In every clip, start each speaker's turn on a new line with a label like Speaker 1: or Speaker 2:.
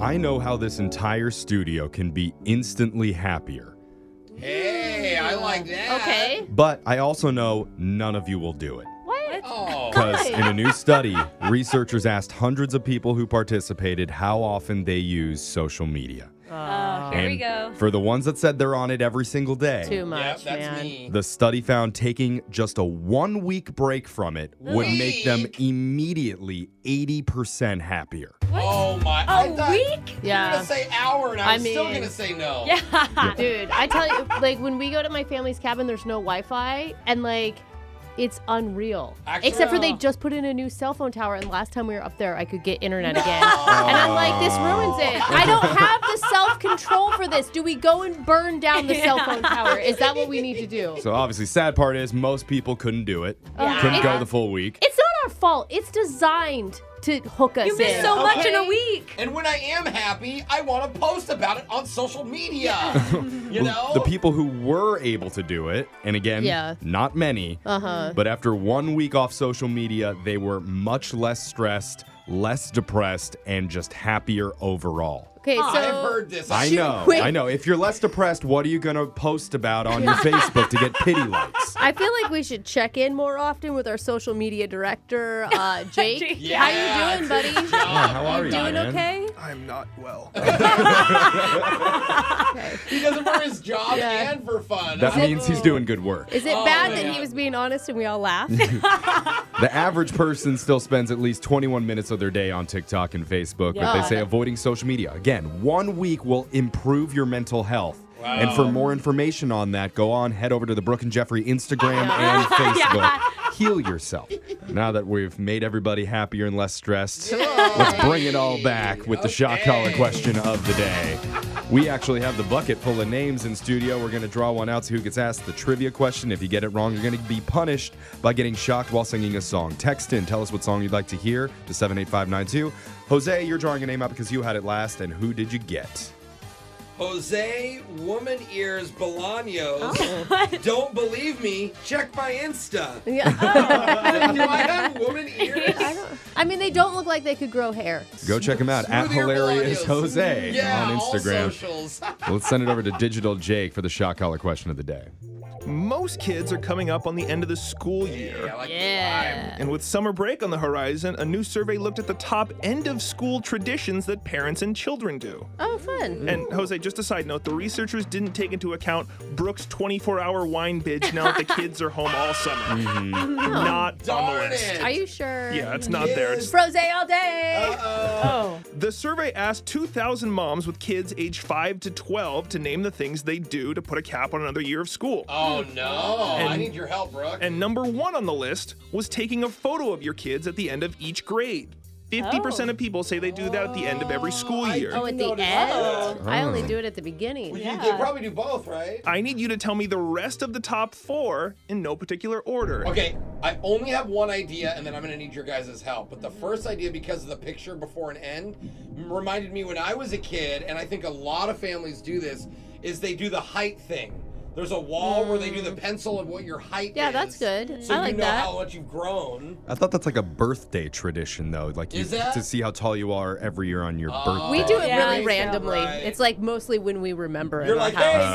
Speaker 1: I know how this entire studio can be instantly happier,
Speaker 2: Hey, I like that.
Speaker 3: Okay.
Speaker 1: but I also know none of you will do it.
Speaker 3: What?
Speaker 1: Because in a new study, researchers asked hundreds of people who participated how often they use social media.
Speaker 2: here we
Speaker 1: And
Speaker 2: go.
Speaker 1: For the ones that said they're on it every single day,
Speaker 3: Too
Speaker 2: Yep,
Speaker 3: much,
Speaker 2: that's
Speaker 3: man.
Speaker 2: me.
Speaker 1: the study found taking just a one week break from it would make them
Speaker 2: Week?
Speaker 1: immediately 80% happier.
Speaker 2: Oh my!
Speaker 4: A
Speaker 2: I thought
Speaker 4: week?
Speaker 2: You were
Speaker 3: Yeah.
Speaker 2: gonna say hour, and
Speaker 3: I
Speaker 2: I, was still
Speaker 3: mean-
Speaker 2: gonna say no.
Speaker 3: Yeah. Dude, I tell you, like when we go to my family's cabin, there's no Wi-Fi, and like it's unreal.
Speaker 2: Actually-
Speaker 3: Except for they just put in a new cell phone tower, and last time we were up there, I could get internet again, and I'm like, this ruins it. I don't have the self-control for this. Do we go and burn down the cell phone tower? Is that what we need to do?
Speaker 1: So, obviously, sad part is most people couldn't do it,
Speaker 3: Yeah.
Speaker 1: couldn't
Speaker 3: It-
Speaker 1: go the full week.
Speaker 3: It's not our fault. It's designed to hook us
Speaker 4: You missed
Speaker 3: in.
Speaker 4: so
Speaker 2: Yeah,
Speaker 4: much in a
Speaker 2: okay.
Speaker 4: week.
Speaker 2: And when I am happy, I want to post about it on social media. you know?
Speaker 1: The people who were able to do it, and again,
Speaker 3: Yeah.
Speaker 1: not many,
Speaker 3: Uh-huh.
Speaker 1: but after one week off social media, they were much less stressed, less depressed, and just happier overall.
Speaker 3: Okay, so
Speaker 2: I've heard this.
Speaker 1: I know,
Speaker 3: Wait.
Speaker 1: I know. If you're less depressed, what are you going to post about on your Facebook to get pity likes?
Speaker 3: I feel like we should check in more often with our social media director, uh, Jake.
Speaker 4: Jake.
Speaker 3: How you doing, buddy?
Speaker 1: Yeah, how are you?
Speaker 3: doing
Speaker 1: man?
Speaker 3: okay?
Speaker 5: I'm not well.
Speaker 2: He does it for his job
Speaker 3: Yeah.
Speaker 2: and for fun.
Speaker 1: That
Speaker 2: I-
Speaker 1: means he's doing good work.
Speaker 3: Is it
Speaker 2: Oh,
Speaker 3: bad that
Speaker 2: yeah.
Speaker 3: he was being honest and we all laughed?
Speaker 1: The average person still spends at least 21 minutes of their day on TikTok and Facebook, but they
Speaker 3: Yeah.
Speaker 1: say avoiding social media. Again, one week will improve your mental health. And for more information on that, go on, head over to the Brooke and Jeffrey Instagram and Facebook. Heal yourself. Now that we've made everybody happier and less stressed, let's bring it all back with the shock collar
Speaker 2: Okay.
Speaker 1: question of the day. We actually have the bucket full of names in studio. We're going to draw one out to who gets asked the trivia question. If you get it wrong, you're going to be punished by getting shocked while singing a song. Text in, tell us what song you'd like to hear to 78592. Jose, you're drawing a name out because you had it last, and who did you get?
Speaker 2: Jose Woman Ears Bolaños.
Speaker 3: Oh,
Speaker 2: Don't believe me? Check my Insta.
Speaker 3: yeah.
Speaker 2: Do I have woman ears?
Speaker 3: I mean, they don't look like they could grow hair.
Speaker 1: Go check him out at
Speaker 2: Smoothie or
Speaker 1: Hilarious
Speaker 2: Bolaños?
Speaker 1: Jose
Speaker 2: yeah,
Speaker 1: on
Speaker 2: all
Speaker 1: Instagram.
Speaker 2: socials.
Speaker 1: Let's send it over to Digital Jake for the shock collar question of the day.
Speaker 6: most kids are coming up on the end of the school year.
Speaker 3: yeah.
Speaker 6: And with summer break on the horizon, a new survey looked at the top end of school traditions that parents and children do.
Speaker 7: Oh, fun.
Speaker 6: And Jose, just a side note, the researchers didn't take into account Brooke's 24-hour wine binge now that the kids are home all summer. Not on the list.
Speaker 3: Are you sure?
Speaker 6: Yeah, it's not there. It's-
Speaker 3: Froze all day.
Speaker 2: Uh,
Speaker 6: Oh. The survey asked 2,000 moms with kids age 5 to 12 to name the things they do to put a cap on another year of school.
Speaker 2: Oh no! I
Speaker 6: And-
Speaker 2: need your help, Brooke.
Speaker 6: And number one on the list was taking a photo of your kids at the end of each grade. 50% of people say they do that at the end of every school year.
Speaker 3: Oh, at the end? I only do it at the beginning.
Speaker 2: You could probably do both, right?
Speaker 6: I need you to tell me the rest of the top four in no particular order.
Speaker 2: Okay, I only have one idea, and then I'm gonna need your guys' help. But the first idea, because of the picture before an end, m- reminded me when I was a kid, and I think a lot of families do this, is they do the height thing. There's a wall where they do the pencil of what your height
Speaker 3: Mm. Yeah,
Speaker 2: is.
Speaker 3: that's good.
Speaker 2: So
Speaker 3: I
Speaker 2: you
Speaker 3: like
Speaker 2: know
Speaker 3: that.
Speaker 2: how much you've grown.
Speaker 1: I thought that's like a birthday tradition, though. Like you,
Speaker 2: Is that? Oh.
Speaker 1: to see how tall you are every year on your birthday.
Speaker 3: We do it
Speaker 2: Yeah,
Speaker 3: really
Speaker 2: right.
Speaker 3: randomly. It's like mostly when we remember.
Speaker 2: You're
Speaker 3: in
Speaker 2: like,
Speaker 3: our house.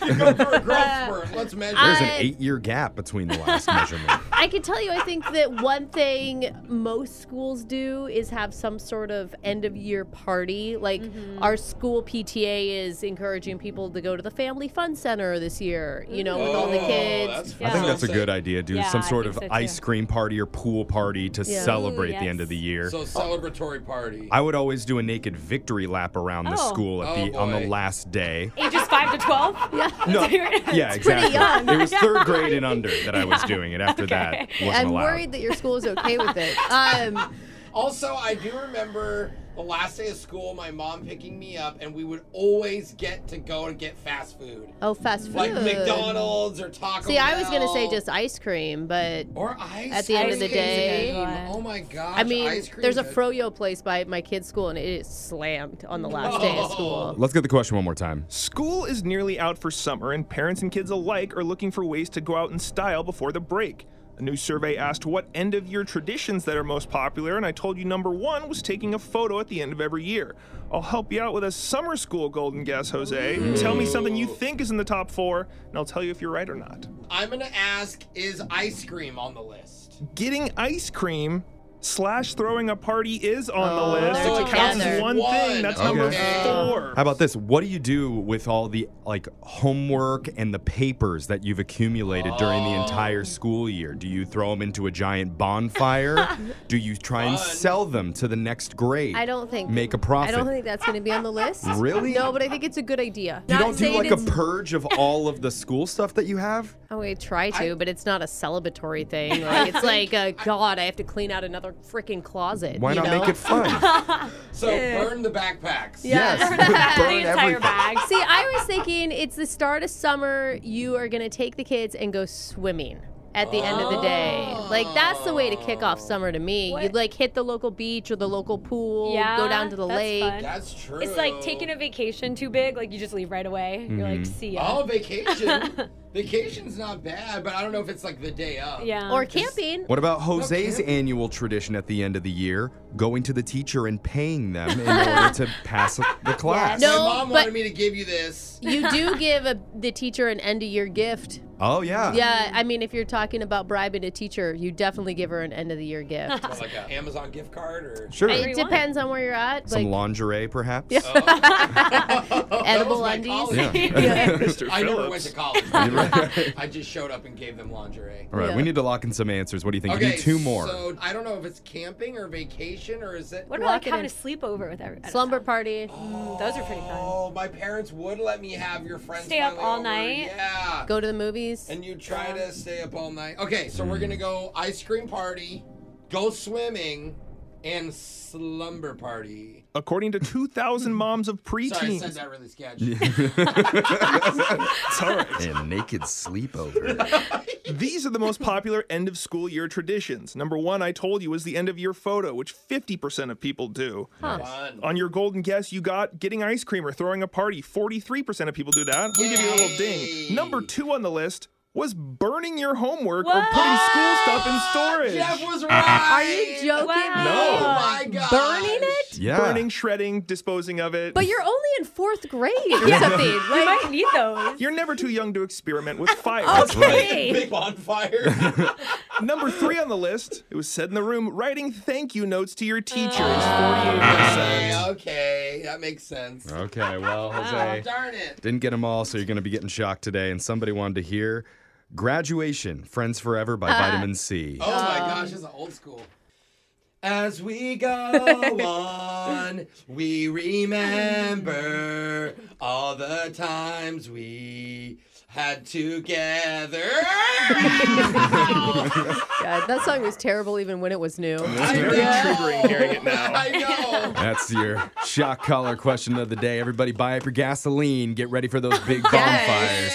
Speaker 1: "Hey,
Speaker 3: yeah.
Speaker 2: Let's measure.
Speaker 1: There's an
Speaker 3: I-
Speaker 1: eight-year gap between the last measurement.
Speaker 3: I can tell you, I think that one thing most schools do is have some sort of end of year party. Like our school PTA is encouraging people to go to the Family Fun Center this year, you know, with all the
Speaker 2: Oh,
Speaker 3: kids.
Speaker 1: I think that's a good idea. Do
Speaker 3: Yeah,
Speaker 1: some
Speaker 3: I
Speaker 1: sort
Speaker 3: think
Speaker 1: of
Speaker 3: so, too.
Speaker 1: ice cream party or pool party to
Speaker 3: Yeah. Ooh,
Speaker 1: celebrate the end
Speaker 3: yes.
Speaker 1: of the year.
Speaker 2: So celebratory party.
Speaker 1: I would always do a naked victory lap around the
Speaker 7: Oh.
Speaker 1: school at
Speaker 2: Oh,
Speaker 1: the on the
Speaker 2: boy.
Speaker 1: last day.
Speaker 7: Ages 5 to 12? Yeah.
Speaker 1: No. yeah,
Speaker 7: It's
Speaker 1: exactly.
Speaker 7: pretty young.
Speaker 1: It was third grade and under that I was doing it. After that, wasn't
Speaker 3: I'm
Speaker 1: allowed.
Speaker 3: worried that your school is okay with it. Um,
Speaker 2: Also, I do remember the last day of school, my mom picking me up, and we would always get to go and get fast food.
Speaker 3: oh, fast food.
Speaker 2: Like McDonald's or Taco
Speaker 3: See, I was gonna say
Speaker 2: Bell.
Speaker 3: just ice cream, but
Speaker 2: or ice
Speaker 3: at the end of the
Speaker 2: cream.
Speaker 3: day,
Speaker 2: Oh my gosh!
Speaker 3: I mean,
Speaker 2: ice cream
Speaker 3: there's a
Speaker 2: good.
Speaker 3: froyo place by my kid's school, and it is slammed on the last day
Speaker 2: Oh.
Speaker 3: of school.
Speaker 1: Let's get the question one more time.
Speaker 6: School is nearly out for summer, and parents and kids alike are looking for ways to go out in style before the break. A new survey asked what end of year traditions that are most popular, and I told you number one was taking a photo at the end of every year. I'll help you out with a summer school golden guess, Jose. Tell me something you think is in the top four, and I'll tell you if you're right or not.
Speaker 2: I'm gonna ask: Is ice cream on the list?
Speaker 6: Getting ice cream slash throwing a party is on
Speaker 2: Oh,
Speaker 6: the list.
Speaker 2: they're
Speaker 6: it counts as
Speaker 2: together.
Speaker 6: one,
Speaker 2: One,
Speaker 6: thing. That's number
Speaker 2: okay.
Speaker 6: four.
Speaker 1: How about this? What do you do with all the like homework and the papers that you've accumulated during the
Speaker 3: Oh.
Speaker 1: entire school year? Do you throw them into a giant bonfire? do you try and sell them to the next grade?
Speaker 3: I don't think
Speaker 1: Make a profit.
Speaker 3: I don't think that's going to be on the list.
Speaker 1: Really?
Speaker 3: No, but I think it's a good idea.
Speaker 1: you
Speaker 3: Not
Speaker 1: don't do
Speaker 3: saying
Speaker 1: like a
Speaker 3: it's-
Speaker 1: purge of all of the school stuff that you have?
Speaker 3: Oh, I try to, but it's not a celebratory thing. Like, it's like, uh, God, I have to clean out another freaking closet.
Speaker 1: Why
Speaker 3: you
Speaker 1: not
Speaker 3: know?
Speaker 1: make it fun?
Speaker 2: So burn the backpacks.
Speaker 3: Yes.
Speaker 1: Yes. Burn The entire everything.
Speaker 3: bag. See, I was thinking it's the start of summer. You are going to take the kids and go swimming at the end of the day. Like that's the way to kick off summer to me. You'd like hit the local beach or the local pool, go down to the
Speaker 7: that's
Speaker 3: lake.
Speaker 7: fun.
Speaker 2: true.
Speaker 7: It's like taking a vacation too big, like you just leave right away. You're like,
Speaker 2: Mhm.
Speaker 7: see ya.
Speaker 2: Oh, vacation. Vacation's not bad, but I don't know if it's like the day of.
Speaker 7: Yeah.
Speaker 3: Or camping.
Speaker 1: What about Jose's annual tradition at the end of the year, going to the teacher and paying them in order to pass the class?
Speaker 3: No,
Speaker 2: My mom
Speaker 3: but-
Speaker 2: wanted me to give you this.
Speaker 3: You do give a, the teacher an end of year gift.
Speaker 1: Oh yeah.
Speaker 3: Yeah, I mean, if you're talking about bribing a teacher, you definitely give her an end of the year gift.
Speaker 2: What, like an Amazon gift card or
Speaker 1: Sure.
Speaker 3: It depends on where you're at.
Speaker 1: Some
Speaker 3: Like
Speaker 1: lingerie, perhaps.
Speaker 3: edible undies.
Speaker 1: Yeah. Mr.
Speaker 2: I never went
Speaker 1: Phillips.
Speaker 2: to college. I just showed up and gave them lingerie.
Speaker 1: All right, we need to lock in some answers. What do you think? you
Speaker 2: Okay,
Speaker 1: need two more.
Speaker 2: So I don't know if it's camping or vacation or is it.
Speaker 7: What about like having a sleepover with everyone?
Speaker 3: Slumber party.
Speaker 7: those are pretty fun.
Speaker 2: Oh, my parents would let me have your friends.
Speaker 7: Stay up
Speaker 2: finally
Speaker 7: all
Speaker 2: over.
Speaker 7: night.
Speaker 2: Yeah.
Speaker 3: Go to the movies.
Speaker 2: And you try to stay up all night. Okay, so we're gonna go ice cream party, go swimming, and slumber party.
Speaker 6: According to 2,000 moms of preteens.
Speaker 2: Sorry, I said that really sketchy.
Speaker 6: it's all right.
Speaker 1: And naked sleepover.
Speaker 6: These are the most popular end of school year traditions. Number one, I told you, is the end of year photo, which 50% of people do.
Speaker 2: Huh. Fun.
Speaker 6: On your golden guess, you got getting ice cream or throwing a party. 43% of people do that. Let me give you a little ding. Number two on the list was burning your homework
Speaker 7: Oh,
Speaker 6: or putting school stuff in storage.
Speaker 2: Jeff was right.
Speaker 3: Are you joking?
Speaker 6: No.
Speaker 2: Oh my god.
Speaker 3: Burning it?
Speaker 1: Yeah.
Speaker 6: Burning, shredding, disposing of it.
Speaker 3: But you're only in fourth grade or
Speaker 6: Yeah.
Speaker 3: something.
Speaker 6: You
Speaker 3: Like,
Speaker 7: might need those.
Speaker 6: You're never too young to experiment with fire.
Speaker 1: Oh.
Speaker 3: That's Okay. right.
Speaker 2: Big bonfire.
Speaker 6: Number three on the list. It was said in the room. Writing thank you notes to your teacher is forty
Speaker 2: okay,
Speaker 6: percent.
Speaker 2: okay, that makes sense.
Speaker 1: Okay, well, Jose.
Speaker 2: darn it.
Speaker 1: Didn't get them all, so you're going to be getting shocked today. And somebody wanted to hear Graduation Friends Forever by
Speaker 2: Ah.
Speaker 1: Vitamin C.
Speaker 2: Oh my gosh, this is old school. As we go on, we remember all the times we had together.
Speaker 3: God, that song was terrible even when it was new.
Speaker 6: very triggering hearing it now.
Speaker 2: I know.
Speaker 1: That's your shock collar question of the day. Everybody buy up your gasoline. Get ready for those big bonfires.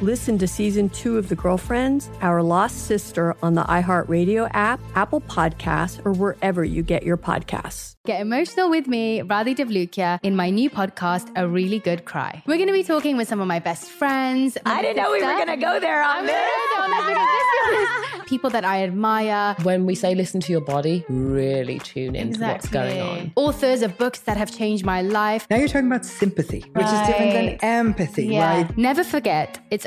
Speaker 8: Listen to season two of The Girlfriends, Our Lost Sister on the iHeartRadio app, Apple Podcasts, or wherever you get your podcasts.
Speaker 9: Get emotional with me, Radhi Devlukia, in my new podcast, A Really Good Cry. We're going to be talking with some of my best friends.
Speaker 4: I didn't know we were
Speaker 9: sister-
Speaker 4: gonna go there on
Speaker 9: I'm gonna
Speaker 4: this.
Speaker 9: go there on this because this is people that I admire.
Speaker 10: When we say listen to your body, really tune into what's going on.
Speaker 9: Authors of books that have changed my life.
Speaker 5: Now you're talking about sympathy, which
Speaker 10: Uh,
Speaker 5: is different than empathy, right?
Speaker 9: Never forget, it's